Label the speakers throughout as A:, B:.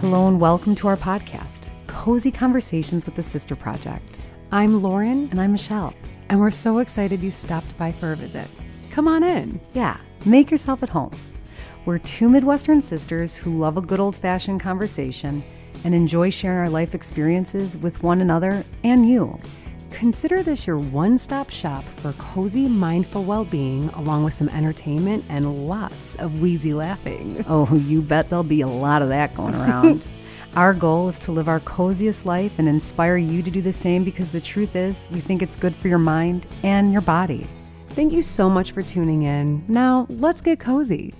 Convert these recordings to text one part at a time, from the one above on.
A: Hello and welcome to our podcast, Cozy Conversations with the Sister Project. I'm Lauren and I'm Michelle.
B: And we're so excited you stopped by for a visit. Come on in.
A: Yeah, make yourself at home. We're two Midwestern sisters who love a good old fashioned conversation and enjoy sharing our life experiences with one another and you.
B: Consider this your one stop shop for cozy, mindful well being, along with some entertainment and lots of wheezy laughing.
A: Oh, you bet there'll be a lot of that going around. our goal is to live our coziest life and inspire you to do the same because the truth is, we think it's good for your mind and your body.
B: Thank you so much for tuning in. Now, let's get cozy.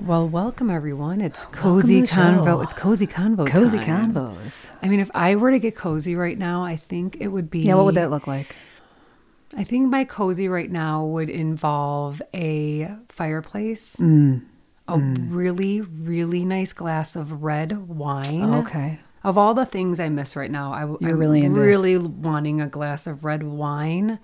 B: Well, welcome everyone. It's Cozy
A: to the show.
B: Convo. It's Cozy Convo.
A: Cozy
B: time.
A: convos.
B: I mean, if I were to get cozy right now, I think it would be.
A: Yeah, what would that look like?
B: I think my cozy right now would involve a fireplace,
A: Mm.
B: a really, really nice glass of red wine.
A: Okay.
B: Of all the things I miss right now, I, w-
A: You're
B: I'm
A: really into-
B: really wanting a glass of red wine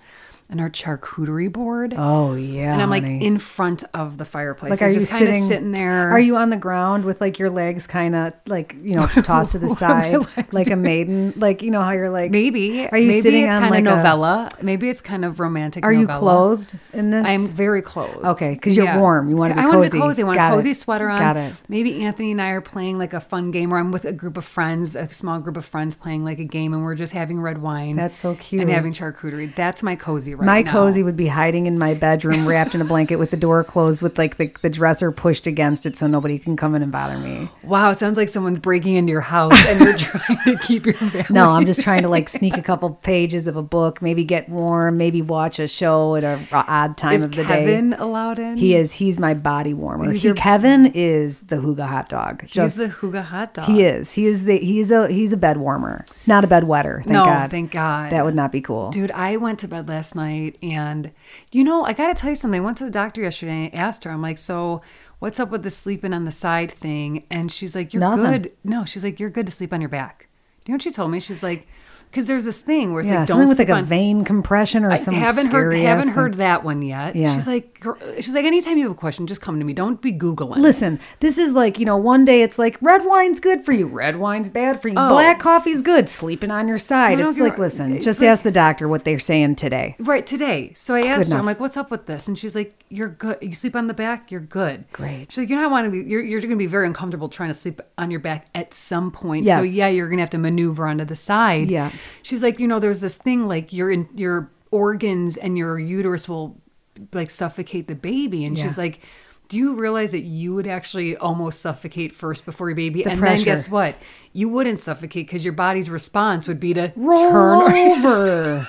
B: and our charcuterie board.
A: Oh yeah.
B: and I'm like
A: honey.
B: in front of the fireplace.
A: Like,
B: I'm
A: are you
B: just kind of
A: sitting-
B: sitting there?
A: Are you on the ground with like your legs kind of like you know tossed to the
B: What are my
A: side,
B: legs
A: like a maiden? Like you know how you're like.
B: Maybe.
A: Are you
B: Maybe
A: sitting
B: it's
A: on,
B: kind
A: like, a-
B: of novella? Maybe it's kind of romantic.
A: are you
B: novella.
A: clothed in this?
B: I'm very clothed.
A: Okay, 'cause you're warm. You wanna be
B: I wanna
A: cozy.
B: be cozy. I want
A: Got
B: a
A: it.
B: cozy sweater on.
A: Got it.
B: Maybe Anthony and I are playing like a fun game, or I'm with a group of friends, a small group of friends playing like a game, and we're just having red wine.
A: That's so cute.
B: And having charcuterie. That's my cozy right
A: my
B: now.
A: cozy would be hiding in my bedroom, wrapped in a blanket, with the door closed, with like the, the dresser pushed against it, so nobody can come in and bother me.
B: Wow, it sounds like someone's breaking into your house and you're trying to keep your family.
A: No, I'm just trying to like sneak a couple pages of a book, maybe get warm, maybe watch a show at a r- odd time
B: Is
A: of the day.
B: Kevin allowed in?
A: He is. He's my body warmer.
B: He's
A: He,
B: your-
A: Kevin is the hooga hot dog.
B: He's
A: Just
B: the Hooga hot dog.
A: He is. He is the he's a he's a bed warmer, not a bed wetter. Thank
B: no,
A: God.
B: thank God.
A: that would not be cool.
B: Dude, I went to bed last night and you know, I gotta tell you something. I went to the doctor yesterday and I asked her, I'm like, so what's up with the sleeping on the side thing? And she's like, You're
A: Nothing.
B: good. No, she's like, You're good to sleep on your back. Do you know what she told me? She's like, because there's this thing where it's
A: yeah,
B: like
A: something
B: don't
A: with
B: sleep
A: like a
B: on
A: vein compression or
B: I
A: some
B: haven't heard
A: scary
B: haven't
A: ass
B: heard
A: thing.
B: that one yet.
A: Yeah.
B: She's like "Girl," she's like anytime you have a question, just come to me. Don't be googling.
A: Listen, this is like you know, one day it's like red wine's good for you, red wine's bad for you, black coffee's good, sleeping on your side.
B: No, don't
A: it's
B: get me
A: like
B: wrong.
A: listen,
B: It's
A: just
B: like-
A: ask the doctor what they're saying today.
B: Right today. So I asked her,
A: enough.
B: I'm like, what's up with this? And she's like, you're good. You sleep on the back, you're good.
A: Great.
B: She's like, you're not want to be, you're, you're going to be very uncomfortable trying to sleep on your back at some point. So
A: Yes.
B: yeah, you're going to have to maneuver onto the side.
A: Yeah.
B: She's like, you know, there's this thing like your, in, your organs and your uterus will like suffocate the baby. And
A: Yeah.
B: she's like, do you realize that you would actually almost suffocate first before your baby? and
A: pressure.
B: then guess what? You wouldn't suffocate because your body's response would be to
A: Roll
B: turn
A: over,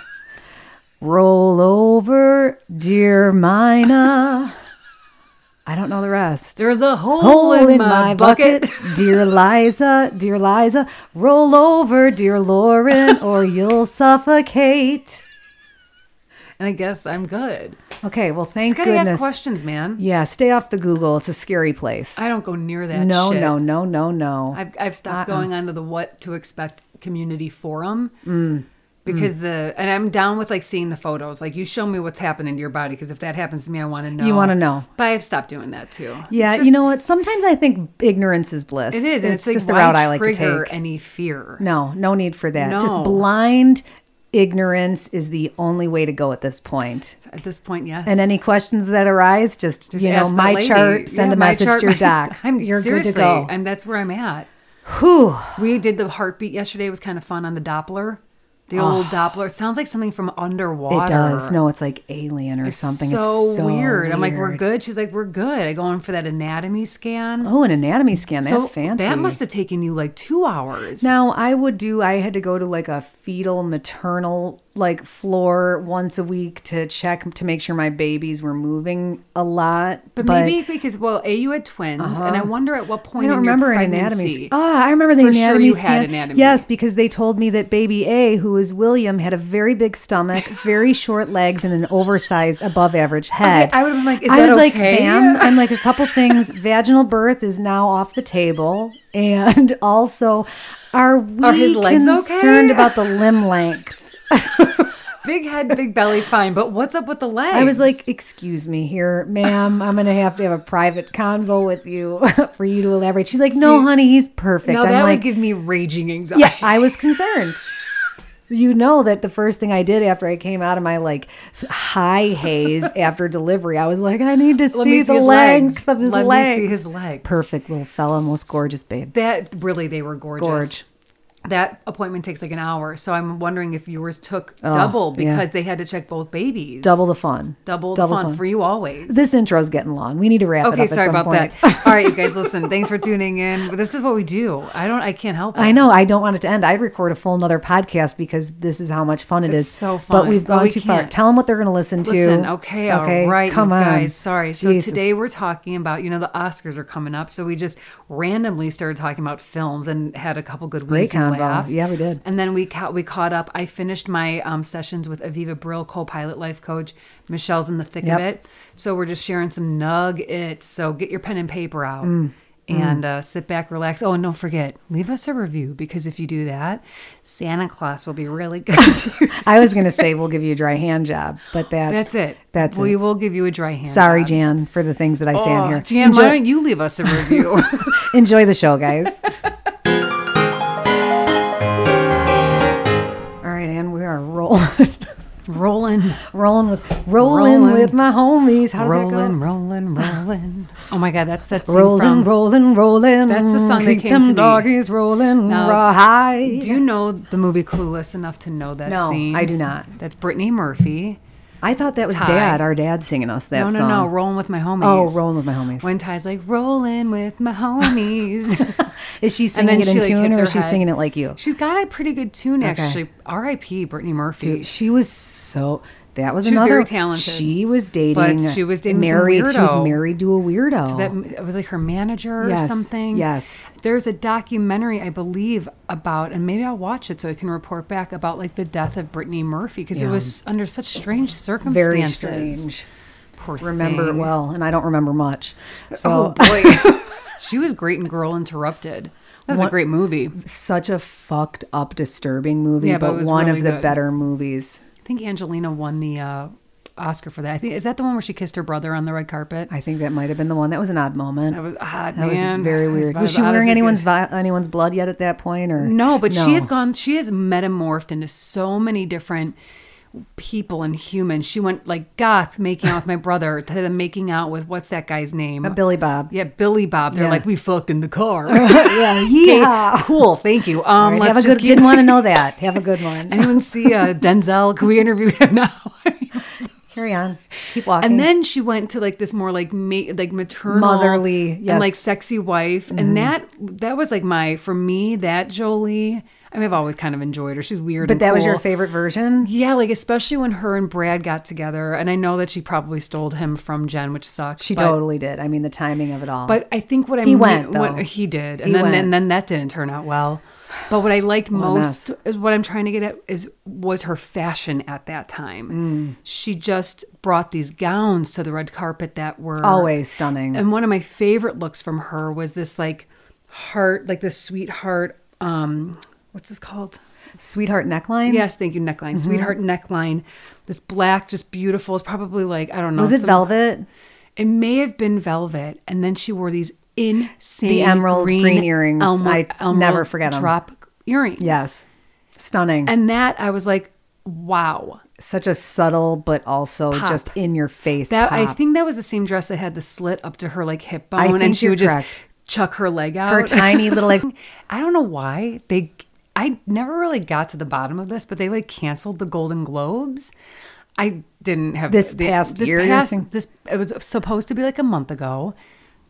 A: roll over, dear Mina. I don't know the rest.
B: There's a hole,
A: hole in, my bucket. dear Liza, dear Liza, roll over, dear Lauren, or you'll suffocate.
B: and I guess I'm good.
A: Okay, well, thank
B: Gotta
A: goodness.
B: ask questions, man.
A: Yeah, stay off the Google. It's a scary place.
B: I don't go near that.
A: no,
B: shit.
A: no, Uh-uh. no, no, no.
B: I've I've stopped going onto the what to expect community forum
A: Mm.
B: because the and I'm down with like seeing the photos. Like you show me what's happening to your body because if that happens to me, I want to know.
A: You wanna know.
B: But I've stopped doing that too.
A: yeah,
B: It's
A: you
B: just-
A: know what? Sometimes I think ignorance is bliss.
B: It is. And it's, like,
A: just the
B: why
A: route I like to
B: trigger
A: take.
B: Any fear?
A: No, no need for that. Just
B: No.
A: blind ignorance is the only way to go at this point.
B: At this point, yes.
A: And any questions that arise, just,
B: Just
A: you know,
B: ask that
A: my
B: lady.
A: chart, send
B: Yeah,
A: a
B: my
A: message
B: chart,
A: to your
B: my-
A: doc.
B: I'm
A: You're
B: seriously,
A: good to go.
B: And that's where I'm at.
A: Whew.
B: We did the heartbeat yesterday. It was kind of fun on the Doppler. The old Doppler. It sounds like something from underwater.
A: It does. No, it's like alien or something.
B: So,
A: it's so
B: weird. I'm like, we're
A: weird.
B: good. She's like, we're good. I go on for that anatomy scan.
A: Oh, an anatomy scan.
B: So
A: That's fancy.
B: That must have taken you like two hours.
A: Now I would do. I had to go to like a fetal maternal like floor once a week to check to make sure my babies were moving a lot.
B: but, maybe because well, a you had twins, and I wonder at what point
A: Uh-huh. I don't
B: in your
A: remember an
B: pregnancy-
A: anatomy. Ah, I remember the
B: For sure
A: anatomy
B: you had
A: scan.
B: anatomy.
A: Yes, because they told me that baby A, who is William, had a very big stomach, very short legs, and an oversized above average head.
B: I would've been like, is
A: I
B: that
A: was like,
B: okay?
A: bam, I'm like a couple things. Vaginal birth is now off the table, and also, are we
B: Are his legs okay?
A: concerned about the limb length?
B: big head, big belly, fine. But what's up with the legs?
A: I was like, "Excuse me, here, ma'am. I'm gonna have to have a private convo with you for you to elaborate." She's like, "No,
B: See,
A: honey, he's perfect."
B: now
A: I'm
B: that
A: like,
B: would give me raging anxiety.
A: yeah, I was concerned. You know that the first thing I did after I came out of my like s- high haze after delivery, I was like, "I need to
B: Let
A: see,
B: me
A: the
B: his
A: length of his
B: Let
A: legs."
B: me see his legs.
A: Perfect little fella, most gorgeous babe.
B: That really, they were gorgeous.
A: Gorge.
B: That appointment takes like an hour, so I'm wondering if yours took double
A: Oh, yeah.
B: because they had to check both babies.
A: Double the fun.
B: double, the fun, for you always.
A: This intro's getting long. We need to wrap it up.
B: okay,
A: at
B: sorry
A: some
B: about
A: point.
B: that. All right, you guys, listen. Thanks for tuning in. This is what we do. I don't. I can't help it.
A: I know. I don't want it to end. I'd record a full another podcast because this is how much fun it
B: It's
A: is.
B: so
A: But
B: fun.
A: we've
B: But
A: gone
B: we
A: too far.
B: can't.
A: Tell them what they're going to listen to.
B: Listen, okay, all right,
A: Come
B: you
A: on,
B: guys. Sorry. So
A: Jesus.
B: today we're talking about, you know, the Oscars are coming up, so we just randomly started talking about films and had a couple good
A: Great
B: weeks and
A: convo.
B: laughs.
A: Yeah, we did.
B: And then we ca- we caught up. I finished my um, sessions with Aviva Brill, co-pilot life coach. Michelle's in the thick
A: Yep.
B: of it, so we're just sharing some nuggets. So get your pen and paper out.
A: Mm,
B: And uh, sit back, relax. Oh, and don't forget, leave us a review because if you do that, Santa Claus will be really good to you.
A: I was going to say we'll give you a dry hand job, but that's
B: That's it.
A: That's
B: we
A: it.
B: will give you a dry hand.
A: Sorry,
B: job. Oh,
A: Jan, for the things that I say on here.
B: Jan,
A: enjoy,
B: why don't you leave us a review?
A: enjoy the show, guys. All right, and we are rolling,
B: rolling,
A: rolling with, rolling,
B: Rolling.
A: with my homies. How does
B: rolling,
A: that go?
B: rolling, rolling. Oh my God, that's that scene
A: Rolling,
B: from.
A: rolling, rolling.
B: That's the song that
A: Keep
B: came
A: them
B: to me.
A: doggies rolling,
B: Now,
A: rawhide.
B: Do you know the movie Clueless enough to know that
A: No,
B: scene?
A: I do not.
B: That's Brittany Murphy.
A: I thought that was
B: Ty.
A: dad, our dad singing us that
B: no, no,
A: song.
B: no, rolling with my homies.
A: Oh, rolling with my homies.
B: When Ty's like rolling with my homies,
A: is she
B: and
A: singing
B: then
A: it in
B: she, like,
A: tune
B: hits
A: or
B: her
A: is she
B: head.
A: singing it like you?
B: she's got a pretty good tune
A: Okay.
B: actually. R.I.P. Brittany Murphy.
A: Dude, she was so that was
B: She was
A: another
B: very talented.
A: She was dating
B: she was dating some
A: married she
B: weirdo.
A: was married to a weirdo.
B: that it was like her manager or
A: Yes,
B: something.
A: yes.
B: There's a documentary I believe about, and maybe I'll watch it so I can report back about like the death of Brittany Murphy because
A: Yeah.
B: it was under such strange
A: Very
B: circumstances.
A: strange.
B: Poor
A: Remember it
B: thing.
A: well, and I don't remember much.
B: Oh
A: So
B: boy, she was great in Girl Interrupted. That was a
A: What-
B: great movie.
A: such a fucked up, disturbing movie,
B: Yeah, but
A: but,
B: it was
A: one
B: really
A: of the
B: good.
A: better movies.
B: I think Angelina won the uh, Oscar for that. I think is that the one where she kissed her brother on the red carpet.
A: I think that might have been the one. That was an odd moment.
B: That was odd,
A: That was
B: man.
A: very
B: That was
A: weird.
B: about
A: Was
B: as
A: she
B: odd as
A: wearing
B: it
A: anyone's
B: gets.
A: vi- anyone's blood yet at that point? Or
B: No, but she
A: No.
B: has gone. She has metamorphed into so many different people and humans. She went like goth making out with my brother to the making out with what's that guy's name?
A: Uh, Billy Bob.
B: yeah, Billy Bob. They're
A: Yeah.
B: like we fucked in the car. Okay,
A: yeah, yeah.
B: cool. Thank you. Um, let's
A: have a
B: just
A: good.
B: keep-
A: Didn't want to know that. Have a good one.
B: anyone see uh, Denzel? Can we interview him now?
A: Carry on. Keep walking.
B: And then she went to like this more like ma- like maternal,
A: Motherly, yes. Mm-hmm.
B: and like sexy wife, and that that was like my for me that Jolie. I mean, I've always kind of enjoyed her. She's weird,
A: but
B: and
A: that was your
B: cool.
A: favorite version.
B: Yeah, like especially when her and Brad got together, and I know that she probably stole him from Jen, which sucks.
A: She
B: but,
A: totally did. I mean, the timing of it all.
B: But I think what I
A: He went,
B: what-
A: though.
B: he did, and
A: He
B: then
A: went.
B: and then that didn't turn out well. But what I liked
A: a
B: most is what I'm trying to get at is was her fashion at that
A: Mm.
B: time. She just brought these gowns to the red carpet that were
A: Always stunning.
B: and one of my favorite looks from her was this like heart, like this sweetheart. Um, what's this called?
A: Sweetheart neckline.
B: Yes, thank you.
A: Mm-hmm.
B: Neckline, sweetheart neckline. This black, just beautiful. It's probably like I don't know.
A: Was it
B: some-
A: velvet?
B: It may have been velvet, and then she wore these insane
A: The emerald green earrings. I never forget 'em.
B: drop earrings.
A: Yes. Stunning.
B: and that I was like, wow.
A: Such a subtle, but also just in your face.
B: That I
A: pop.
B: think that was the same dress that had the slit up to her like hip bone,
A: I think
B: and she
A: you're
B: would just
A: correct.
B: chuck her leg out.
A: her tiny little like.
B: I don't know why they. I never really got to the bottom of this, but they like canceled the Golden Globes. I didn't have
A: This
B: the-
A: past
B: this
A: year, you're
B: Past,
A: saying?
B: this it was supposed to be like a month ago.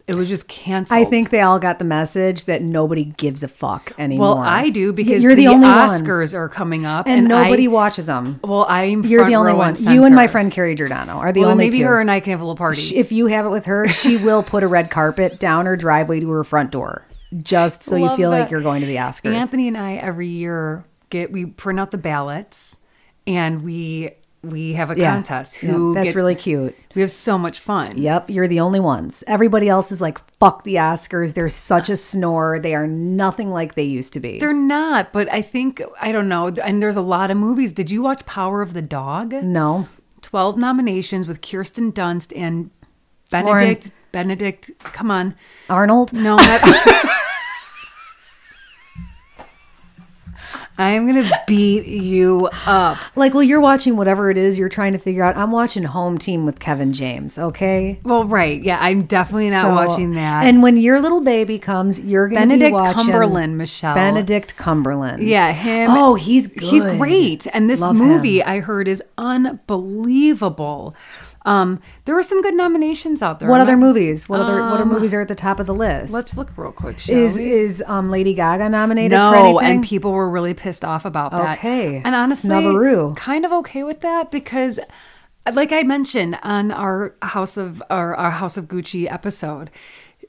B: It was just canceled.
A: I think they all got the message that nobody gives a fuck anymore.
B: Well, I do because
A: you're the, only one,
B: Oscars are coming up,
A: and,
B: and,
A: nobody
B: I,
A: watches them.
B: Well, I'm
A: You're
B: front
A: the only
B: row
A: one.
B: and
A: You and my
B: center.
A: friend Carrie Giordano are the
B: Well, then
A: only
B: maybe
A: two.
B: her and I can have a little party.
A: She- if you have it with her, she will put a red carpet down her driveway to her front door, just so you
B: Love
A: feel like
B: that.
A: you're going to the Oscars.
B: Anthony and I every year get we print out the ballots and we we have a
A: Yeah.
B: contest.
A: Yeah,
B: Who
A: that's
B: get-
A: really cute.
B: we have so much fun.
A: Yep, you're the only ones. Everybody else is like, fuck the Oscars. They're such a snore. They are nothing like they used to be.
B: They're not, but I think I don't know. And there's a lot of movies. Did you watch Power of the Dog?
A: no.
B: 12 nominations with Kirsten Dunst and Benedict. Benedict, come on.
A: Arnold?
B: No, not. I am going to beat you up.
A: Like, well, you're watching whatever it is you're trying to figure out. I'm watching Home Team with Kevin James, okay?
B: Well, right. Yeah, I'm definitely not
A: So-
B: watching that.
A: And when your little baby comes, you're going to be
B: Benedict
A: watching
B: Cumberland, Michelle.
A: Benedict Cumberland.
B: yeah, him.
A: Oh, he's good.
B: He's great. And this
A: Love
B: movie
A: him.
B: I heard is unbelievable. Um, there were some good nominations out there.
A: What
B: I'm
A: other
B: not-
A: movies? What other what other movies are at the top of the list?
B: Let's look real quick. Shall
A: is
B: we?
A: is um, Lady Gaga nominated for
B: No,
A: anything?
B: and people were really pissed off about that.
A: Okay.
B: and honestly,
A: Snubberoo.
B: kind of okay with that because, like I mentioned on our House of our, our House of Gucci episode,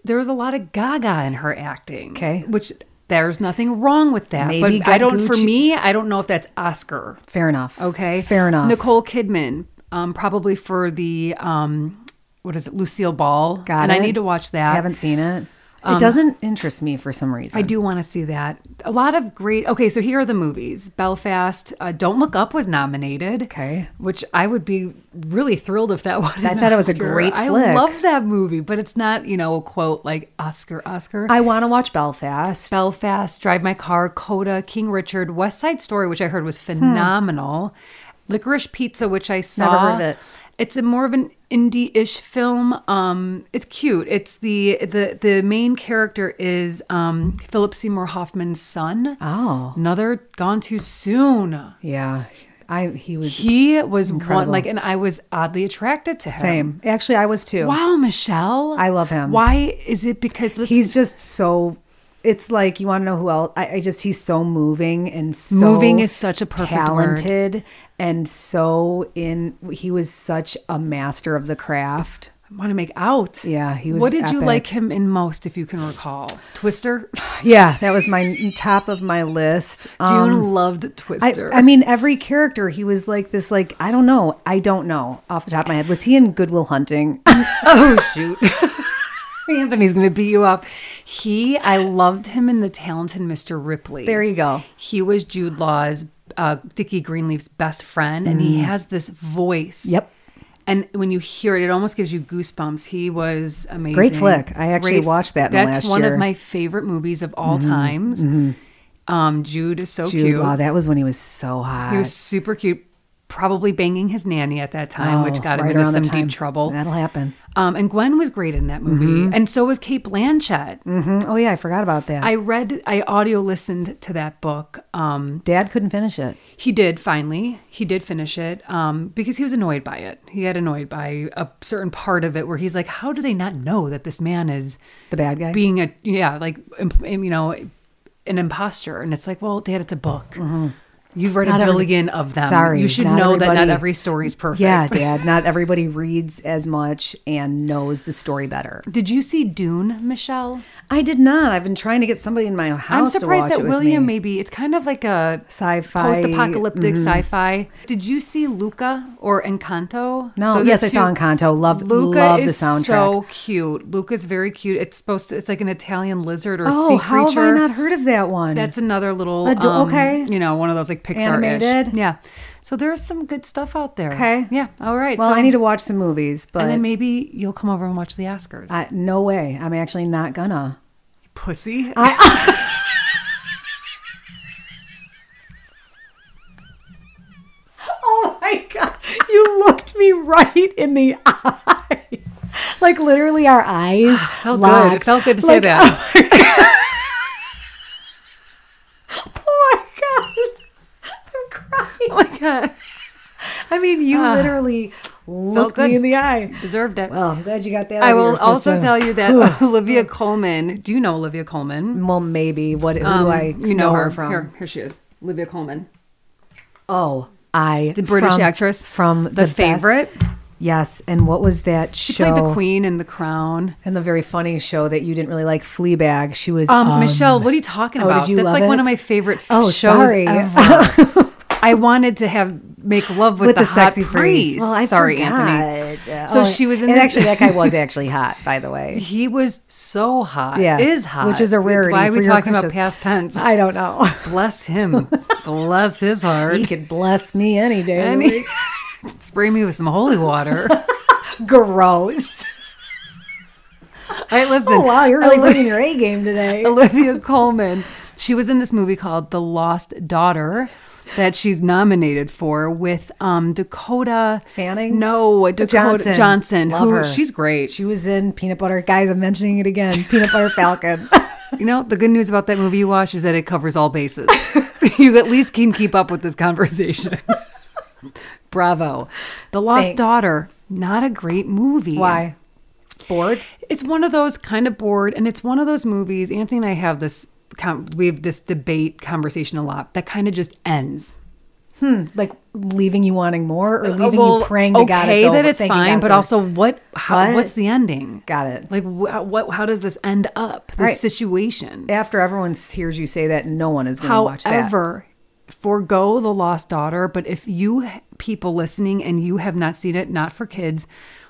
B: there was a lot of Gaga in her acting.
A: Okay.
B: which there's nothing wrong with that.
A: Maybe
B: but I
A: get
B: don't. For
A: Gucci-
B: me, I don't know if that's Oscar.
A: Fair enough.
B: Okay,
A: Fair enough.
B: Nicole Kidman, um, probably for the um, what is it, Lucille Ball?
A: Got
B: and I
A: it.
B: need to watch that.
A: I haven't seen it. it doesn't interest me for some reason.
B: I do want to see that. A lot of great. Okay, so here are the movies. Belfast, uh, Don't Look Up was nominated.
A: Okay.
B: Which I would be really thrilled if that was.
A: I thought it was a great
B: I
A: flick.
B: love that movie, but it's not, you know, a quote like Oscar, Oscar.
A: I want to watch Belfast.
B: Belfast, Drive My Car, Coda, King Richard, West Side Story, which I heard
A: Hmm.
B: was phenomenal. Licorice Pizza, which I saw.
A: heard of it.
B: It's a more of an indie-ish film. Um, it's cute. It's the the the main character is um, Philip Seymour Hoffman's son.
A: Oh.
B: Another gone too soon.
A: yeah, I he was
B: He was one like, and I was oddly attracted to him.
A: same. Actually, I was too.
B: Wow, Michelle.
A: I love him.
B: Why is it because let's-
A: He's just so. It's like you want to know who else. I, I just he's so moving and so
B: Moving is such a perfect word.
A: talented and so in. He was such a master of the craft.
B: want to make out.
A: Yeah, he was
B: What did you
A: epic.
B: like him in most, if you can recall? Twister.
A: Yeah, that was my top of my list. Um,
B: June loved Twister.
A: I, I mean, every character he was like this. Like I don't know. I don't know off the top of my head. Was he in Goodwill Hunting?
B: oh shoot. Anthony's gonna beat you up. He, I loved him in the Talented Mr. Ripley.
A: There you go.
B: He was Jude Law's, uh, Dickie Greenleaf's best friend, and he has this voice.
A: Mm. Yep.
B: And when you hear it, it almost gives you goosebumps. He was amazing.
A: flick. I actually
B: Great-
A: watched that in the
B: That's
A: last
B: one
A: year. Mm-hmm.
B: of my favorite movies of all times. Um, Jude is so
A: Jude
B: cute.
A: Law. That was when he was so hot.
B: He was super cute, probably banging his nanny at that time, which
A: Oh,
B: got him
A: right
B: into
A: around the
B: some deep
A: time.
B: trouble.
A: That'll happen.
B: Um, and Gwen was great in that movie,
A: Mm-hmm.
B: and so was Kate Blanchett.
A: hmm Oh yeah, I forgot about that.
B: I read, I audio listened to that book. Um,
A: Dad couldn't finish it.
B: he did finally, he did finish it um, because he was annoyed by it. He got annoyed by a certain part of it where he's like, "How do they not know that this man is
A: The bad guy.
B: being a yeah like imp- you know an imposter and it's like well dad it's a book you've read
A: Not
B: a
A: every-
B: billion of them
A: Sorry,
B: you should
A: not
B: know that
A: everybody-
B: not every story is perfect
A: yeah, Dad. Not everybody reads as much and knows the story better.
B: did you see dune michelle
A: I did not. I've been trying to get somebody in my house.
B: i'm
A: to
B: surprised
A: watch
B: that
A: it with
B: william
A: me.
B: maybe it's kind of like a
A: sci-fi
B: post-apocalyptic sci-fi did you see luca or encanto
A: No,
B: Those are
A: yes, I saw
B: two-
A: Encanto. Love,
B: Luca
A: love
B: is
A: the soundtrack.
B: so cute. Luca's very cute. It's supposed to. It's like an Italian lizard or
A: oh,
B: sea
A: how have
B: creature.
A: I not heard of that one?
B: That's another little
A: Ado-
B: um,
A: okay.
B: You know, one of those like Pixar
A: Animated.
B: Yeah. So there's some good stuff out there.
A: Okay.
B: Yeah. All right.
A: well,
B: so,
A: I need to watch some movies, but
B: And then maybe you'll come over and watch the Oscars.
A: I, no way. I'm actually not gonna.
B: Pussy.
A: Oh my god! You looked me right in the eye, like literally our eyes.
B: felt good. It
A: locked.
B: felt good to say
A: Like,
B: that.
A: Oh my god! I'm crying.
B: Oh my god.
A: I mean, you literally looked
B: good.
A: me in the eye.
B: Deserved it.
A: Well, I'm glad you got that. out
B: I
A: of
B: will
A: your
B: also
A: system.
B: tell you that Olivia Coleman. Do you know Olivia Coleman?
A: Well, maybe. What? Who do I
B: you know, her
A: from?
B: Here, here she is. Olivia Coleman.
A: Oh, I
B: The British
A: from-
B: actress
A: from
B: The,
A: the, best-
B: Favorite.
A: Yes, and what was that
B: She
A: show?
B: played the Queen in The Crown.
A: And the very funny show that you didn't really like, Fleabag. She was
B: Um, Michelle, what are you talking
A: Um, oh,
B: about?
A: did you
B: That's
A: love
B: like one
A: it?
B: of my favorite f-
A: Oh,
B: shows
A: sorry.
B: ever. I wanted to have make love with, the, hot priest.
A: Well, I
B: Sorry,
A: forgot.
B: Anthony.
A: Uh,
B: So
A: oh,
B: she was in
A: and
B: this-
A: actually that guy was actually hot, by the way.
B: He was so hot.
A: Yeah,
B: is hot,
A: which is a
B: That's
A: rarity
B: Why are we
A: for your
B: talking about
A: Christians.
B: past tense?
A: I don't know.
B: Bless him. Bless his heart.
A: He could bless me any day. of the
B: And
A: week.
B: he- spray me with some holy water.
A: Gross.
B: All right, listen.
A: Oh wow, you're really
B: Oli-
A: putting your A game today.
B: Olivia Coleman. She was in this movie called The Lost Daughter that she's nominated for with um, Dakota
A: Fanning?
B: No, Dakota
A: Johnson.
B: Johnson.
A: Love
B: who
A: her.
B: she's great.
A: She was in Peanut Butter. Guys, I'm mentioning it again. Peanut Butter Falcon.
B: You know, the good news about that movie you watch is that it covers all bases. you at least can keep up with this conversation. Bravo. The Lost
A: Thanks.
B: Daughter, not a great movie.
A: Why? Bored?
B: It's one of those kind of bored, and it's one of those movies. Anthony and I have this, com- we have this debate conversation a lot that kind of just ends.
A: Like leaving you wanting more or leaving
B: Uh, Well,
A: you praying to
B: okay
A: God it's over,
B: that it's
A: thanking
B: fine,
A: God
B: but
A: over.
B: also what, how,
A: What?
B: what's the ending?
A: Got it.
B: Like wh- what? How does this end up? This
A: Right.
B: situation.
A: After everyone hears you say that, no one is going to watch that.
B: However, forego the lost daughter. But if you h- people listening and you have not seen it, not for kids,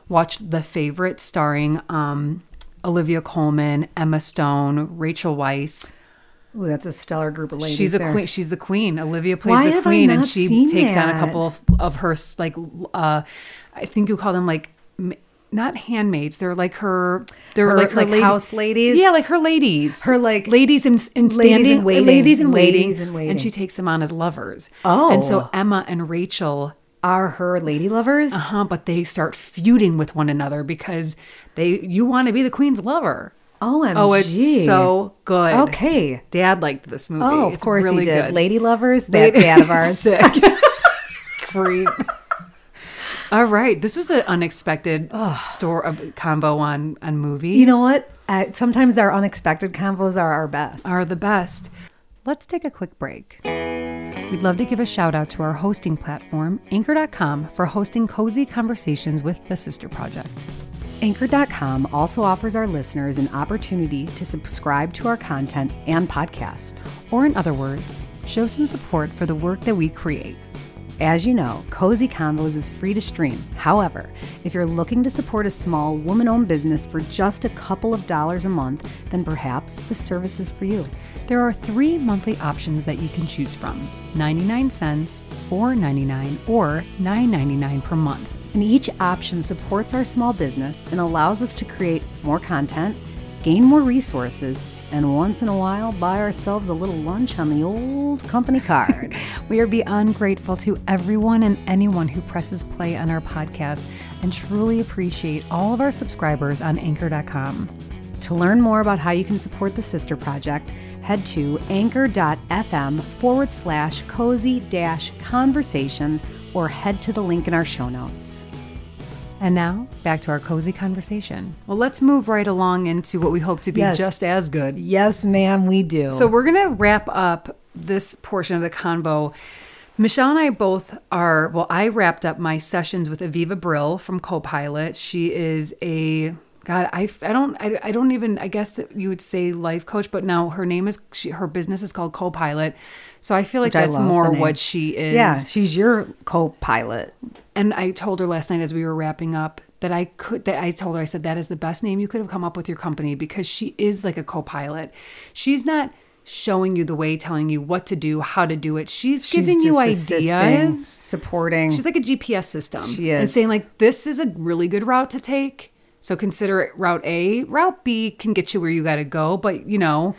B: watch The Favorite, starring um, Olivia Colman, Emma Stone, Rachel Weisz.
A: Ooh, that's a stellar group of ladies.
B: She's a
A: there.
B: queen. She's the queen. Olivia plays
A: Why
B: the
A: have I
B: queen, and
A: not
B: she
A: seen
B: takes on
A: that?
B: a couple of, of her s- like. l- Uh, I think you call them like m- not handmaids. They're like her. They're
A: Her,
B: like her
A: like, house ladies?
B: Yeah, like her ladies.
A: Her, like,
B: ladies in, in
A: ladies in
B: standing. uh,
A: waiting.
B: Ladies in waiting.
A: Ladies in waiting.
B: And she takes them on as lovers.
A: Oh.
B: and so Emma and Rachel.
A: Are her lady lovers?
B: Uh-huh, but they start feuding with one another because they you want to be the queen's lover.
A: OMG.
B: Oh, it's so good.
A: Okay.
B: Dad liked this movie.
A: Oh, of
B: It's
A: course
B: really
A: he did.
B: good.
A: Lady lovers? That dad of ours. Creep.
B: All right, this was an unexpected store of combo on on movies.
A: You know what? Uh, sometimes our unexpected convos are our best.
B: Are the best. Let's take a quick break. We'd love to give a shout out to our hosting platform, Anchor.com, for hosting cozy conversations with the Sister Project.
C: Anchor.com also offers our listeners an opportunity to subscribe to our content and podcast.
B: Or, in other words, show some support for the work that we create.
C: As you know, Cozy Convos is free to stream. However, if you're looking to support a small woman owned business for just a couple of dollars a month, then perhaps the service is for you.
B: There are three monthly options that you can choose from 99 cents, $4.99, or $9.99 per month.
C: And each option supports our small business and allows us to create more content, gain more resources, and once in a while buy ourselves a little lunch on the old company card.
B: We are beyond grateful to everyone and anyone who presses play on our podcast and truly appreciate all of our subscribers on Anchor.com.
C: to learn more about how you can support the Sister Project, head to anchor.fm forward slash cozy dash conversations or head to the link in our show notes.
B: And now, back to our cozy conversation. Well, let's move right along into what we hope to be
A: Yes.
B: just as good.
A: yes, ma'am, we do.
B: So, we're going to wrap up this portion of the convo. Michelle and I both are, well, I wrapped up my sessions with Aviva Brill from Copilot. She is a God, I, I don't I, I don't even I guess that you would say life coach, but now her name is she, her business is called Copilot, so I feel like
A: Which I
B: that's
A: love the
B: more
A: name.
B: what she is.
A: yeah, she's your co-pilot.
B: And I told her last night as we were wrapping up that I could that I told her I said that is the best name you could have come up with your company because she is like a co-pilot. She's not showing you the way, telling you what to do, how to do it. She's,
A: She's
B: giving you
A: just
B: ideas.
A: assisting, supporting.
B: She's like a GPS system.
A: She
B: And
A: is.
B: saying like this is a really good route to take. So consider it route A. Route B can get you where you got to go, but you know,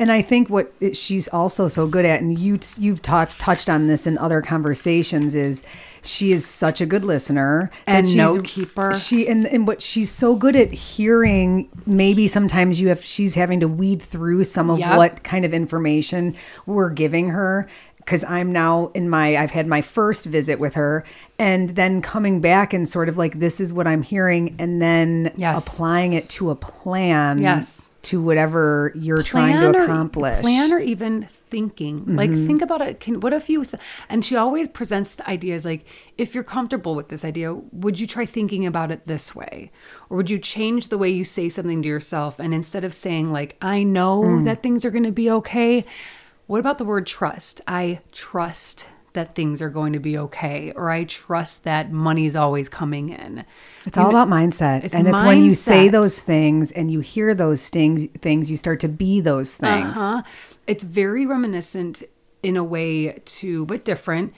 A: And I think what it- she's also so good at, and you you've talked touched on this in other conversations, is she is such a good listener
B: And
A: that
B: note
A: she's-
B: keeper.
A: She and and what she's so good at hearing. Maybe sometimes you have she's having to weed through some of
B: Yep.
A: what kind of information we're giving her. Because I'm now in my, I've had my first visit with her, and then coming back and sort of like this is what I'm hearing, and then
B: Yes.
A: applying it to a plan,
B: Yes.
A: to whatever you're trying
B: plan
A: to
B: or- e-,
A: accomplish. Mm-hmm.
B: plan or even thinking like think about it can what if you th- and she always presents the ideas like if you're comfortable with this idea would you try thinking about it this way or would you change the way you say something to yourself and instead of saying like i
A: Mm.
B: know that things are going to be okay what about the word trust i trust that things are going to be okay, or I trust that money's always coming in.
A: It's all about mindset.
B: it's
A: and it's when you say
B: mindset.
A: those things and you hear those things, things you start to be those things.
B: Uh-huh. It's very reminiscent in a way to, but different.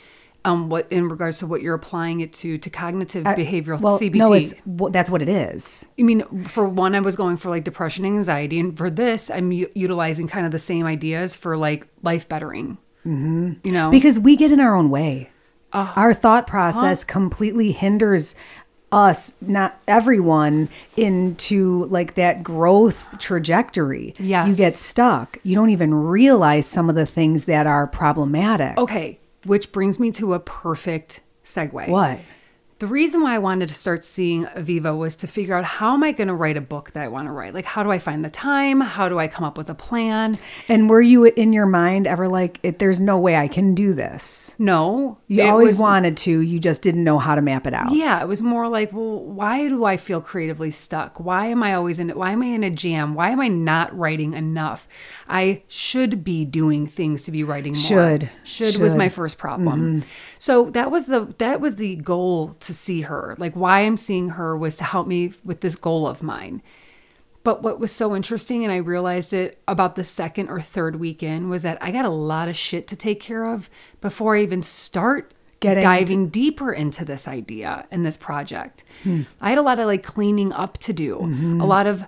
B: Um, what in regards to what you're applying it to to cognitive behavioral
A: Well,
B: CBT?
A: no, it's well, that's what it is.
B: I mean, for one, I was going for like depression, and anxiety, and for this, I'm u- utilizing kind of the same ideas for like life bettering. Mm-hmm. You know,
A: Because we get in our own way.
B: Uh-huh.
A: our thought process completely hinders us, not everyone, into like that growth trajectory.
B: Yes.
A: You get stuck. You don't even realize some of the things that are problematic.
B: okay, which brings me to a perfect segue.
A: What?
B: The reason why I wanted to start seeing Aviva was to figure out how am I going to write a book that I want to write? Like, how do I find the time? How do I come up with a plan?
A: And were you in your mind ever like, it, there's no way I can do this?
B: No,
A: You
B: it
A: always
B: was-
A: wanted to, you just didn't know how to map it out.
B: Yeah, it was more like, well, why do I feel creatively stuck? Why am I always in it? Why am I in a jam? Why am I not writing enough? I should be doing things to be writing more.
A: Should.
B: Should, was
A: Should. Mm-hmm.
B: my first problem. So that was the that was the goal to see her. Like why I'm seeing her was to help me with this goal of mine. But what was so interesting, and I realized it about the second or third weekend, was that I got a lot of shit to take care of before I even start
A: Getting
B: diving deeper into this idea and this project. I had a lot of like cleaning up to do, a lot of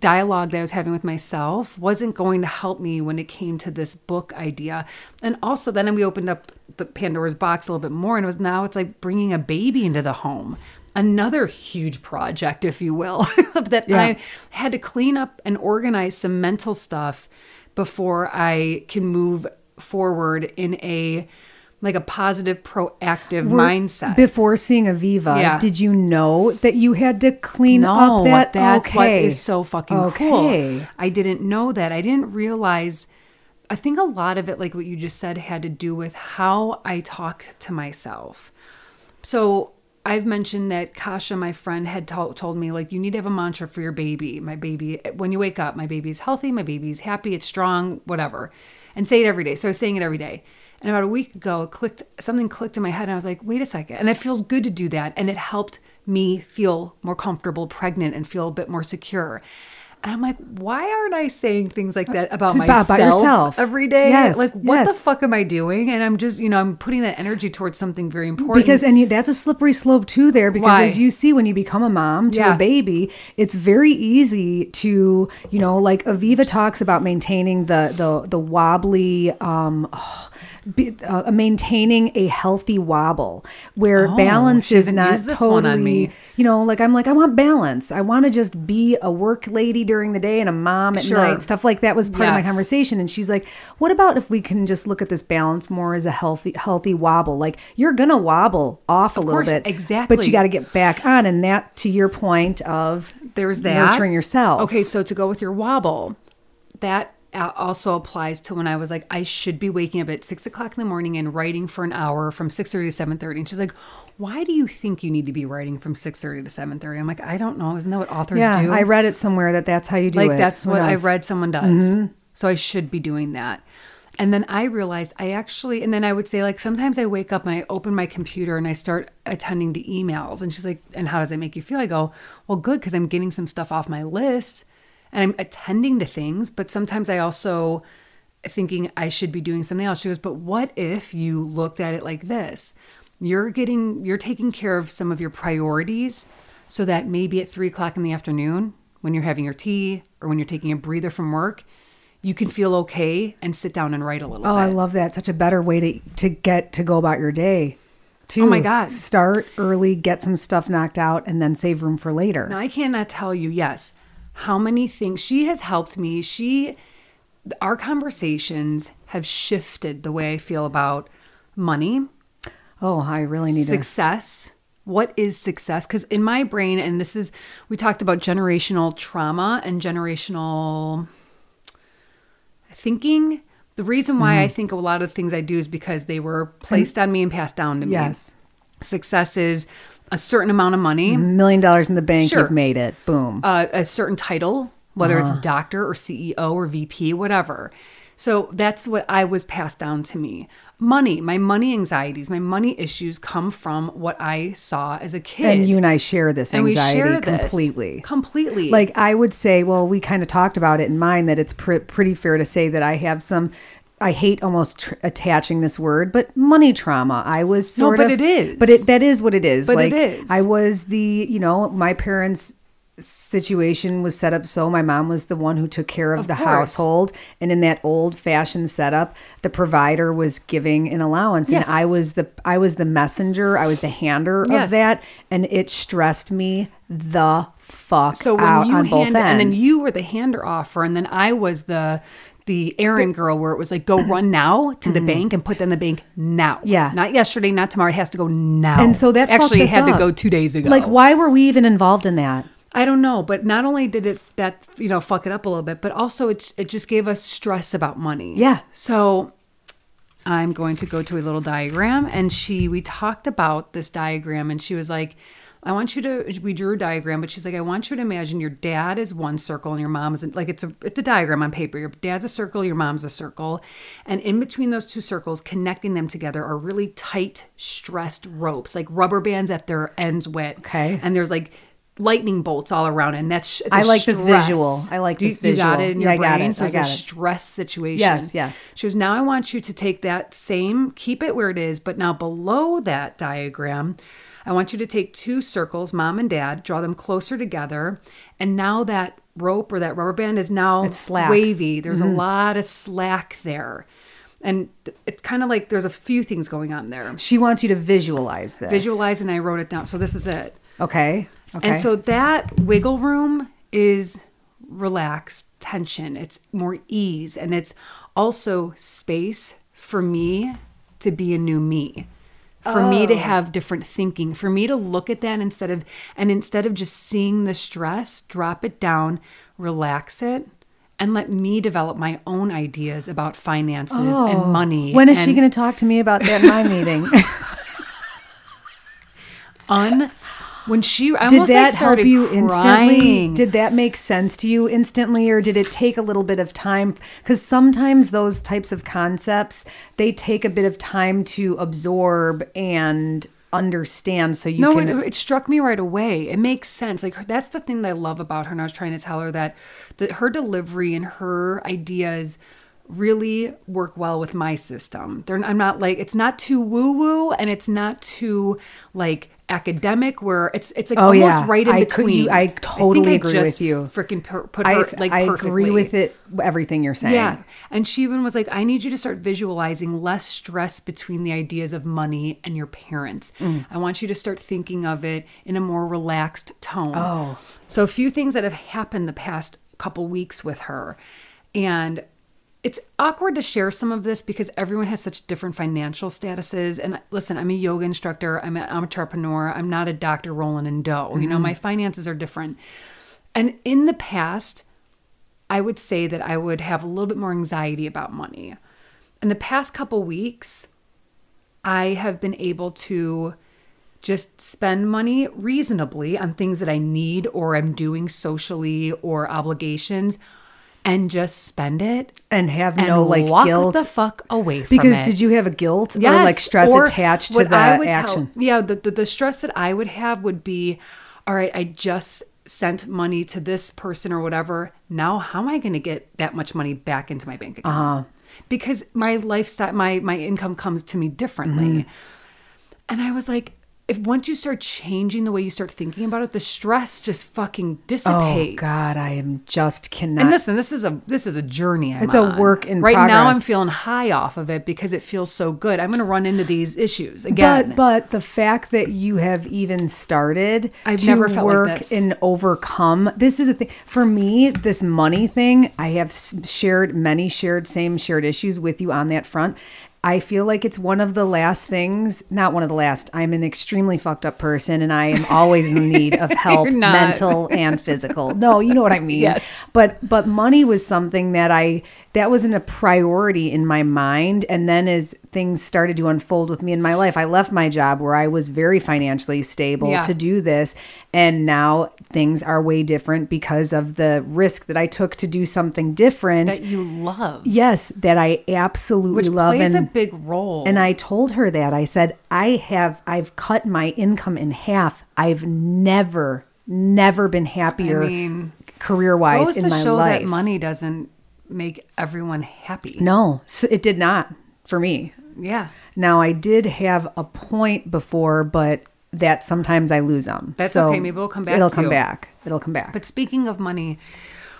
B: dialogue that I was having with myself wasn't going to help me when it came to this book idea. And also, then we opened up the Pandora's box a little bit more, and it was now it's like bringing a baby into the home. Another huge project, if you will, that I had to clean up and organize some mental stuff before I can move forward in a like a positive, proactive
A: Were-
B: mindset.
A: Before seeing Aviva,
B: Yeah.
A: did you know that you had to clean
B: no,
A: up that?
B: that's what
A: Okay.
B: is so fucking
A: Okay.
B: cool. I didn't know that. I didn't realize. I think a lot of it, like what you just said, had to do with how I talk to myself. So I've mentioned that Kasha, my friend, had to- told me like you need to have a mantra for your baby. My baby, when you wake up, my baby's healthy, my baby's happy, it's strong, whatever, and say it every day. So I was saying it every day. And about a week ago, it clicked something clicked in my head, and I was like, wait a second. And it feels good to do that, and it helped me feel more comfortable, pregnant, and feel a bit more secure. And I'm like, why aren't I saying things like that about
A: To- about
B: myself
A: yourself.
B: every day?
A: Yes,
B: like, what the
A: yes.
B: fuck am I doing? And I'm just, you know, I'm putting that energy towards something very important.
A: because and you, that's a slippery slope too there because
B: Why?
A: as you see when you become a mom to
B: Yeah.
A: a baby it's very easy to you know like aviva talks about maintaining the the the wobbly um oh, be, uh, maintaining a healthy wobble where balance
B: Oh, she
A: is
B: hasn't
A: not
B: used this
A: totally
B: one on me.
A: you know like i'm like i want balance i want to just be a work lady during the day and a mom at
B: Sure.
A: night stuff like that was part of my
B: Yes.
A: conversation conversation, and she's like what about if we can just look at this balance more as a healthy healthy wobble like you're gonna wobble off a little
B: course,
A: bit
B: exactly.
A: but you got to get back on and that to your point of
B: there's that
A: nurturing yourself
B: Okay, so to go with your wobble, that uh, also applies to when I was like, I should be waking up at six o'clock in the morning and writing for an hour from six thirty to seven thirty. And she's like, Why do you think you need to be writing from six thirty to seven thirty? I'm like, I don't know. Isn't that what authors
A: yeah
B: do?
A: i read it somewhere that that's how you do
B: like
A: it
B: that's
A: Who
B: what I
A: knows? Mm-hmm.
B: read someone does. So I should be doing that. And then I realized I actually, and then I would say like sometimes I wake up and I open my computer and I start attending to emails. And she's like, "And how does it make you feel?" I go, "Well, good because I'm getting some stuff off my list and I'm attending to things." But sometimes I also thinking I should be doing something else. She goes, "But what if you looked at it like this? You're getting, you're taking care of some of your priorities, so that maybe at three o'clock in the afternoon, when you're having your tea or when you're taking a breather from work, you can feel okay and sit down and write a little
A: oh
B: bit.
A: i love that such a better way to to get to go about your day to
B: Oh my God.
A: start early get some stuff knocked out and then save room for later
B: Now, I cannot tell you, yes, how many things she has helped me. She, our conversations have shifted the way I feel about money,
A: oh i really need to
B: success. What is success? Because in my brain, and this is, we talked about generational trauma and generational thinking. The reason why
A: Mm-hmm.
B: I think a lot of things I do is because they were placed on me and passed down to me.
A: Yes. Mm-hmm.
B: Success is a certain amount of money,
A: million dollars in the bank
B: Sure.
A: you've made it boom Uh-huh.
B: E uh, a certain title, whether it's doctor or CEO or VP, whatever. So that's what I was passed down to me. Money, my money anxieties, my money issues come from what I saw as a kid.
A: And you and I share this
B: And we
A: anxiety
B: share this
A: completely.
B: Completely.
A: Like I would say, well, we kind of talked about it in mine that it's pre- pretty fair to say that I have some. I hate almost tr- attaching this word, but money trauma. I was
B: No,
A: sort
B: but
A: of,
B: it is.
A: but it that is what it is.
B: But
A: like
B: it is.
A: I was the you know my parents situation was set up so my mom was the one who took care of, the
B: course.
A: household and in that old fashioned setup the provider was giving an allowance
B: Yes.
A: and I was the I was the messenger I was the hander
B: Yes.
A: of that and it stressed me the fuck
B: so when
A: out
B: you
A: on
B: hand,
A: both ends.
B: and then you were the hander offer, and then I was the the errand girl where it was like go run now to the bank and put that in the bank now.
A: Mm-hmm. Yeah.
B: Not yesterday, not tomorrow. It has to go now.
A: and so that fucked
B: actually it
A: us
B: had to
A: up.
B: go two days ago.
A: Like, why were we even involved in that?
B: I don't know, but not only did it that you know fuck it up a little bit, but also it it just gave us stress about money.
A: Yeah.
B: So I'm going to go to a little diagram, and she we talked about this diagram, and she was like, "I want you to." We drew a diagram, but she's like, "I want you to imagine your dad is one circle, and your mom is like it's a it's a diagram on paper. Your dad's a circle, your mom's a circle, and in between those two circles, connecting them together are really tight, stressed ropes, like rubber bands at their ends wet.
A: Okay.
B: and there's like lightning bolts all around, and that's it's
A: I
B: a
A: like this
B: stress.
A: visual. I like
B: Do you-
A: this
B: You got
A: visual.
B: it in
A: Yeah,
B: your
A: I got
B: brain.
A: it. I
B: So it's
A: got
B: a
A: it.
B: stress situation.
A: Yes, yes.
B: She goes, Now I want you to take that same, keep it where it is, but now below that diagram, I want you to take two circles, mom and dad, draw them closer together. And now that rope or that rubber band is now
A: It's slack. Mm-hmm.
B: wavy. There's a lot of slack there. And th- it's kind of like there's a few things going on there.
A: She wants you to visualize this.
B: Visualize, and I wrote it down. So this is it.
A: Okay. Okay.
B: And so that wiggle room is relaxed tension. It's more ease and it's also space for me to be a new me. For me
A: Oh.
B: to have different thinking, for me to look at that instead of and instead of just seeing the stress, drop it down, relax it, and let me develop my own ideas about finances and money.
A: Oh. When is she
B: and
A: going to talk to me about that in my meeting?
B: un when she I
A: did
B: almost like
A: that help
B: started
A: you instantly?
B: crying.
A: Did that make sense to you instantly, or did it take a little bit of time? Because sometimes those types of concepts they take a bit of time to absorb and understand, so you
B: No,
A: can.
B: it, it struck me right away. It makes sense. Like her, that's the thing that I love about her. And I was trying to tell her that that her delivery and her ideas really work well with my system. They're, I'm not like it's not too woo woo and it's not too like academic where it's it's like
A: Oh,
B: almost
A: yeah.
B: right in
A: I could-
B: between.
A: you- I totally agree with you.
B: Freaking put
A: I,
B: her like
A: I
B: perfectly.
A: agree with it. Everything you're saying.
B: Yeah. And she even was like, I need you to start visualizing less stress between the ideas of money and your parents. I want you to start thinking of it in a more relaxed tone. Oh. So, a few things that have happened the past couple weeks with her. And it's awkward to share some of this because everyone has such different financial statuses. And listen, I'm a yoga instructor, I'm an entrepreneur, I'm not a Dr. Roland and Doe. You know, my finances are different. And in the past, I would say that I would have a little bit more anxiety about money. In the past couple weeks, I have been able to just spend money reasonably on things that I need or I'm doing socially or obligations and just spend it
A: And have
B: and
A: no like
B: walk
A: guilt.
B: the fuck away from
A: because
B: it.
A: did you have a guilt
B: Yes,
A: or like stress
B: or
A: attached to
B: what
A: the
B: I would
A: action?
B: Tell, yeah, the, the, the stress that I would have would be, all right, I just sent money to this person or whatever. Now, how am I going to get that much money back into my bank account?
A: Uh-huh.
B: Because my lifestyle, my my income comes to me differently.
A: Mm-hmm.
B: And I was like, if once you start changing the way you start thinking about it, the stress just fucking
A: oh
B: dissipates.
A: God, I am just cannot.
B: And listen, this is a this is a journey. I'm
A: It's a
B: on.
A: work in
B: right now. I'm
A: progress.
B: feeling high off of it because it feels so good. I'm going to run into these issues again.
A: But but the fact that you have even started
B: I've
A: to
B: never felt like
A: work
B: this.
A: and overcome this is a thing for me. This money thing, I have s- shared many shared same shared issues with you on that front. I feel like it's one of the last things, not one of the last. I'm an extremely fucked up person and I am always in need of help,
B: You're not.
A: mental and physical. No, you know what I mean.
B: Yes.
A: But but money was something that I that wasn't a priority in my mind and then as things started to unfold with me in my life, I left my job where I was very financially stable
B: Yeah.
A: to do this and now things are way different because of the risk that I took to do something different.
B: that you love,
A: Yes, that I absolutely
B: which
A: love
B: plays
A: and
B: a big role.
A: and I told her that I said I have I've cut my income in half. I've never never been happier
B: mean,
A: career-wise
B: goes
A: in
B: to
A: my
B: show
A: life.
B: that money doesn't make everyone happy.
A: No, so it did not for me.
B: Yeah,
A: Now I did have a point before, but that sometimes I lose them.
B: That's
A: So
B: okay. Maybe it'll come back
A: It'll
B: to
A: come
B: you.
A: back. It'll come back.
B: But speaking of money,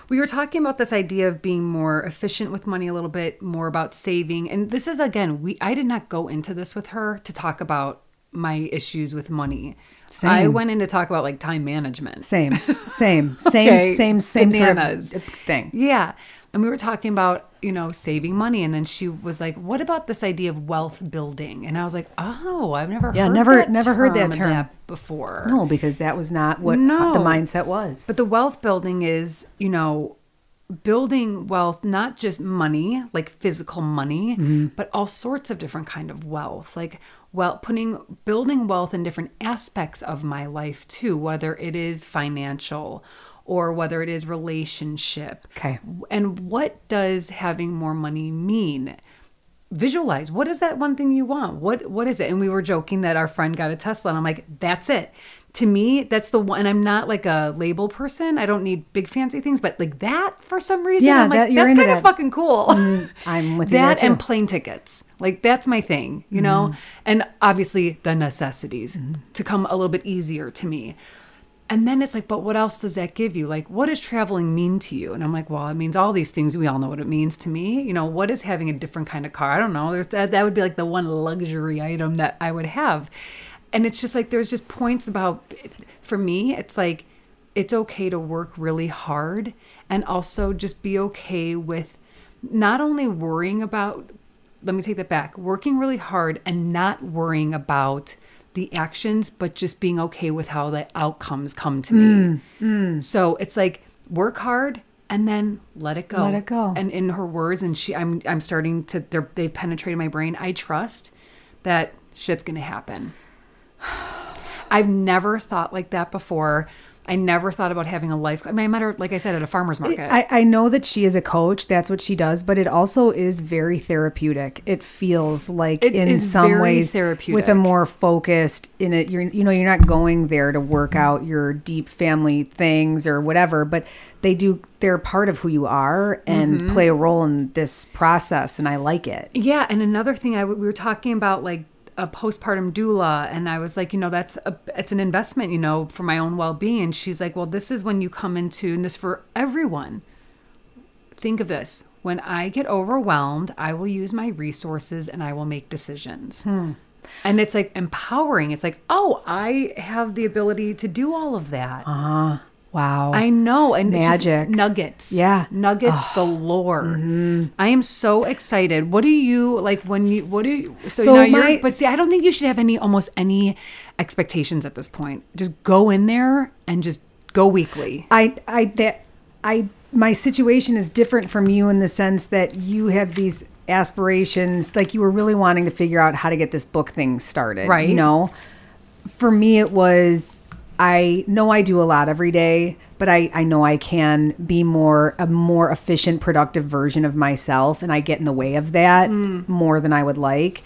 B: we were talking about this idea of being more efficient with money a little bit, more about saving. And this is again, we I did not go into this with her to talk about my issues with money. I
A: Same.
B: went in to talk about like time management.
A: same, same, same,
B: Okay,
A: same, same sort of
B: bananas.
A: thing.
B: Yeah. And we were talking about, you know, saving money. And then she was like, what about this idea of wealth building? And I was like, oh, I've never
A: Yeah,
B: heard
A: never-
B: that
A: never heard that
B: and
A: term.
B: before.
A: No, because that was not what
B: No.
A: the mindset was.
B: But the wealth building is, you know, building wealth not just money, like physical money,
A: Mm-hmm.
B: but all sorts of different kind of wealth. Like well, putting building wealth in different aspects of my life too, whether it is financial or whether it is relationship.
A: Okay.
B: And what does having more money mean? Visualize what is that one thing you want? What what is it? And we were joking that our friend got a Tesla, and I'm like, that's it. To me, that's the one. And I'm not like a label person. I don't need big fancy things, but like that for some reason,
A: Yeah,
B: I'm like,
A: that- you're
B: that's
A: into
B: kind of
A: that. Mm-hmm.
B: fucking cool.
A: I'm with you there,
B: that and
A: too. Mm-hmm.
B: plane tickets. Like that's my thing, you know? And obviously the necessities to come a little bit easier to me. And then it's like, but what else does that give you? Like, what does traveling mean to you? And I'm like, well, it means all these things. We all know what it means to me. You know, what is having a different kind of car? I don't know. There's that, that would be like the one luxury item that I would have. And it's just like, there's just points about, for me, it's like, it's okay to work really hard and also just be okay with not only worrying about let me take that back working really hard and not worrying about the actions but just being okay with how the outcomes come to
A: Mm,
B: me so it's like work hard and then let it go
A: Let it go.
B: and in her words and she i'm i'm starting to they're, they've penetrated my brain i trust that shit's gonna happen I've never thought like that before. I never thought about having a life. I mean, I met her, like I said, at a farmer's market.
A: I, I know that she is a coach. That's what she does, but it also is very therapeutic. It feels like
B: It
A: in
B: is
A: some
B: very
A: ways with a
B: therapeutic.
A: more focused in it. You're you know you're not going there to work out your deep family things or whatever, but they do. They're part of who you are and
B: Mm-hmm.
A: play a role in this process, and I like it.
B: yeah. And another thing, I w- we were talking about like a postpartum doula, and I was like, you know, that's a it's an investment, you know, for my own well being. And she's like, well, this is when you come into, and this for everyone. Think of this: when I get overwhelmed, I will use my resources and I will make decisions. And it's like empowering. It's like, oh, I have the ability to do all of that.
A: Wow.
B: I know, and it's just
A: Magic.
B: nuggets.
A: Yeah. Mm-hmm.
B: nuggets galore. I am so excited. What do you like when you? What do you? So,
A: So
B: now you're,
A: my-
B: but see, I don't think you should have any almost any expectations at this point. Just go in there and just go weekly.
A: I I that I my situation is different from you in the sense that you had these aspirations like you were really wanting to figure out how to get this book thing started
B: Right.
A: you know for me it was i know i do a lot every day but I, I know i can be more a more efficient productive version of myself and i get in the way of that more than i would like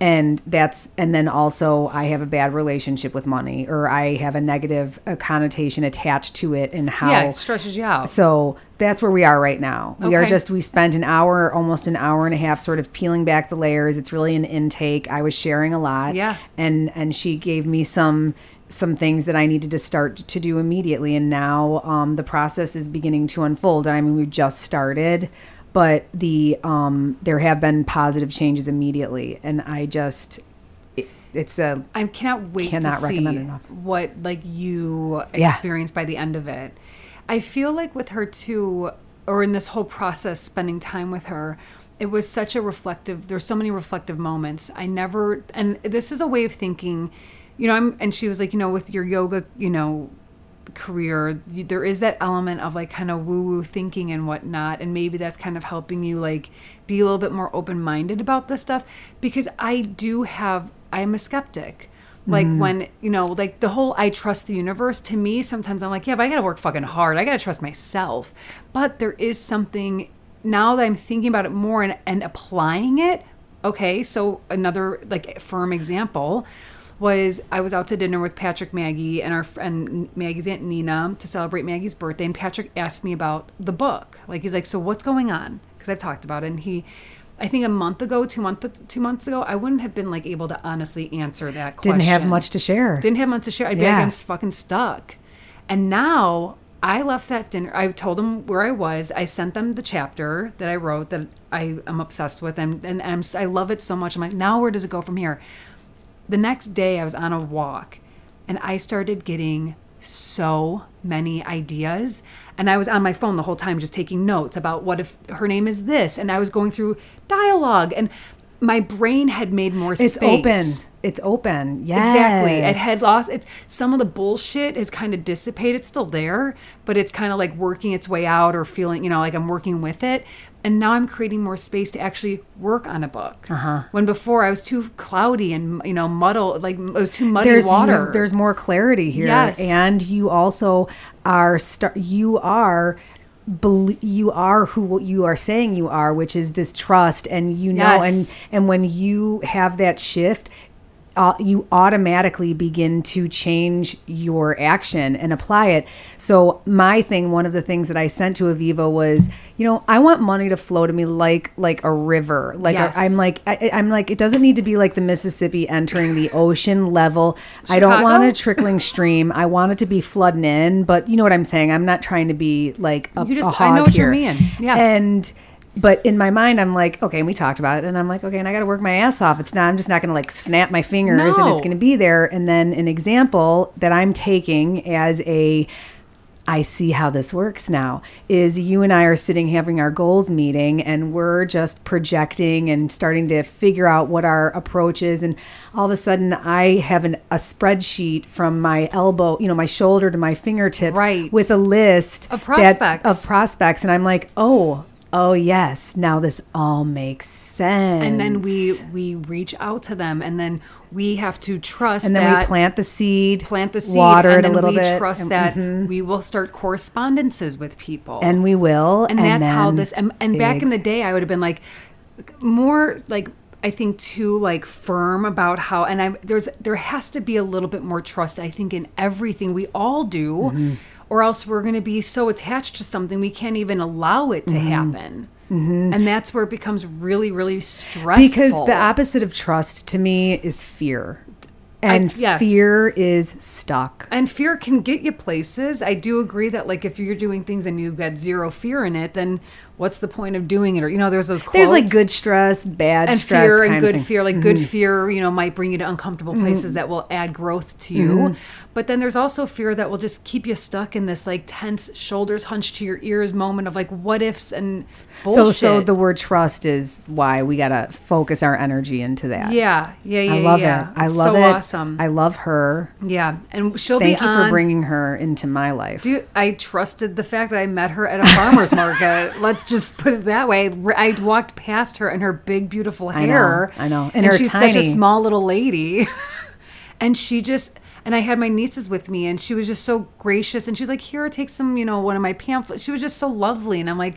A: and that's and then also i have a bad relationship with money or i have a negative uh connotation attached to it and how
B: Yeah, it stresses you out.
A: so that's where we are right now. We are
B: Oh. Okay.
A: just, we spent an hour, almost an hour and a half, sort of peeling back the layers. It's really an intake. I was sharing a lot.
B: Yeah.
A: And, and she gave me some, some things that I needed to start to do immediately. And now um, the process is beginning to unfold. I mean, we just started, but the, um, there have been positive changes immediately. And I just, it, it's a,
B: I cannot wait
A: Cannot
B: to see
A: recommend it enough.
B: what like you
A: Yeah.
B: experience by the end of it. I feel like with her too, or in this whole process, spending time with her, it was such a reflective there's so many reflective moments i never and this is a way of thinking you know i'm and she was like you know with your yoga you know career you, there is that element of like kind of woo woo thinking and whatnot and maybe that's kind of helping you like be a little bit more open minded about this stuff because i do have i'm a skeptic like when you know like the whole i trust the universe to me sometimes i'm like yeah but i gotta work fucking hard i gotta trust myself but there is something now that I'm thinking about it more and, and applying it, okay, so another like firm example was I was out to dinner with Patrick Maggie and our friend Maggie's aunt Nina to celebrate Maggie's birthday and Patrick asked me about the book. Like he's like, "So what's going on?" because I've talked about it and he I think a month ago, two month two months ago, I wouldn't have been like able to honestly answer that question.
A: Didn't have much to share.
B: Didn't have much to share. I'd be
A: Yeah.
B: like, I'm s- fucking stuck. And now I left that dinner. I told them where I was. I sent them the chapter that I wrote that I am obsessed with, and and, and I'm, s- I love it so much. I'm like, now where does it go from here? The next day, I was on a walk, and I started getting so many ideas and i was on my phone the whole time just taking notes about what if her name is this and i was going through dialogue and my brain had made more
A: It's
B: space
A: open. It's open. Yes.
B: Exactly. It had lost it's some of the bullshit is kind of dissipated, it's still there, but it's kind of like working its way out or feeling, you know, like I'm working with it. And now I'm creating more space to actually work on a book. Uh-huh. When before I was too cloudy and you know muddled, like it was too muddy
A: there's
B: water.
A: You, there's more clarity here,
B: Yes.
A: and you also are star- you are. bel you are who what you are saying you are, which is this trust, and you know,
B: Yes.
A: and and when you have that shift, uh, you automatically begin to change your action and apply it. So my thing, one of the things that I sent to Aviva was, you know, I want money to flow to me like like a river. Like
B: Yes.
A: a, I'm like I, I'm like it doesn't need to be like the Mississippi entering the ocean level. I don't want a
B: Chicago?
A: trickling stream. I want it to be flooding in, but you know what I'm saying. I'm not trying to be like a, a
B: You just- I
A: hog
B: know what you
A: here.
B: mean. Yeah.
A: And but in my mind, I'm like, okay, and we talked about it, and I'm like, okay, and I got to work my ass off. It's not. I'm just not going to like snap my fingers, and
B: No.
A: it's going to be there. And then an example that I'm taking as a I see how this works now is you and I are sitting having our goals meeting and we're just projecting and starting to figure out what our approach is. And all of a sudden, I have an, a spreadsheet from my elbow, you know, my shoulder to my fingertips
B: Right.
A: with a list
B: Of
A: that-
B: prospects.
A: of prospects. And I'm like, oh, oh, yes, now this all makes sense.
B: and then we we reach out to them and then we have to trust
A: and then
B: that
A: we plant the seed,
B: plant the seed
A: water
B: and
A: it
B: then
A: a little
B: we
A: bit,
B: trust
A: and- mm-hmm.
B: that we will start correspondences with people.
A: and we will.
B: and, that's how
A: then
B: this and, and back in
A: ex-
B: the day i would have been like more like i think too like firm about how and i there's there has to be a little bit more trust i think in everything we all do
A: Mm-hmm.
B: or else we're going to be so attached to something we can't even allow it to
A: Mm-hmm.
B: happen and that's where it becomes really really stressful
A: because the opposite of trust to me is fear,
B: I-
A: and
B: yes.
A: fear is stuck.
B: and fear can get you places. I do agree that like if you're doing things and you've got zero fear in it, then what's the point of doing it? Or you know, there's those quotes.
A: There's like good stress, bad
B: and
A: stress,
B: fear
A: kind
B: and
A: of
B: good
A: thing. Mm-hmm.
B: fear like good fear you know might bring you to uncomfortable places that will add growth to you
A: Mm-hmm.
B: but then there's also fear that will just keep you stuck in this like tense shoulders hunched to your ears moment of like what ifs and bullshit.
A: So, so the word trust is why we gotta focus our energy into that.
B: yeah yeah yeah
A: I love
B: yeah.
A: it. I
B: It's
A: love
B: so
A: it.
B: awesome
A: I love her.
B: yeah and she'll
A: Thank
B: be
A: you
B: on
A: for bringing her into my life.
B: Dude, I trusted the fact that I met her at a farmer's market. Let's just put it that way. I walked past her and her big, beautiful
A: know,
B: hair.
A: I know.
B: And,
A: And her
B: she's such a
A: tiny-
B: small little lady. and she just, and I had my nieces with me and she was just so gracious. And she's like, here, take some, you know, one of my pamphlets. She was just so lovely. And I'm like,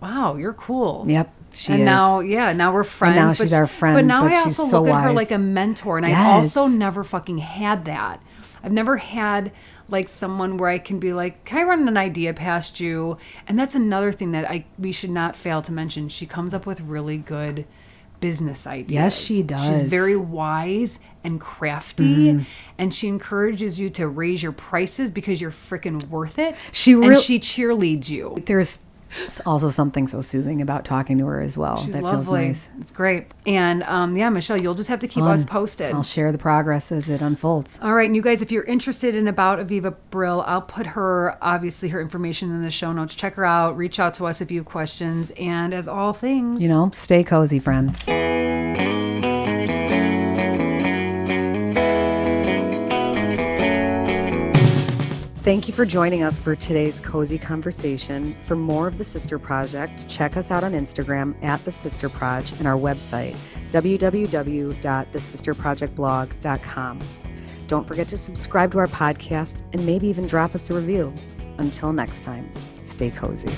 B: wow, you're cool.
A: Yep, she
B: and
A: is.
B: now, yeah, now we're friends. but
A: she's
B: she-
A: our
B: But
A: friend,
B: now
A: but
B: I
A: she's
B: also
A: so
B: look at her
A: wise.
B: like a mentor. And I
A: Yes.
B: also never fucking had that. I've never had like someone where I can be like, "Can I run an idea past you?" And that's another thing that I we should not fail to mention. She comes up with really good business ideas.
A: she
B: She's
A: does. Mm-hmm.
B: very wise and crafty, and she encourages you to raise your prices because you're freaking worth it.
A: She
B: and
A: real-
B: she cheerleads you.
A: There's It's also something so soothing about talking to her as well.
B: She's
A: that
B: lovely.
A: feels nice.
B: It's great. And um, yeah, Michelle, you'll just have to keep us
A: Um,
B: posted.
A: I'll share the progress as it unfolds.
B: All right, and you guys, if you're interested in about Aviva Brill, I'll put her obviously her information in the show notes. Check her out. Reach out to us if you have questions. And as all things,
A: You know, stay cozy, friends. Thank you for joining us for today's cozy conversation. For more of the Sister Project, check us out on Instagram at the Sister Proj and our website www.thesisterprojectblog.com. Don't forget to subscribe to our podcast and maybe even drop us a review. Until next time, stay cozy.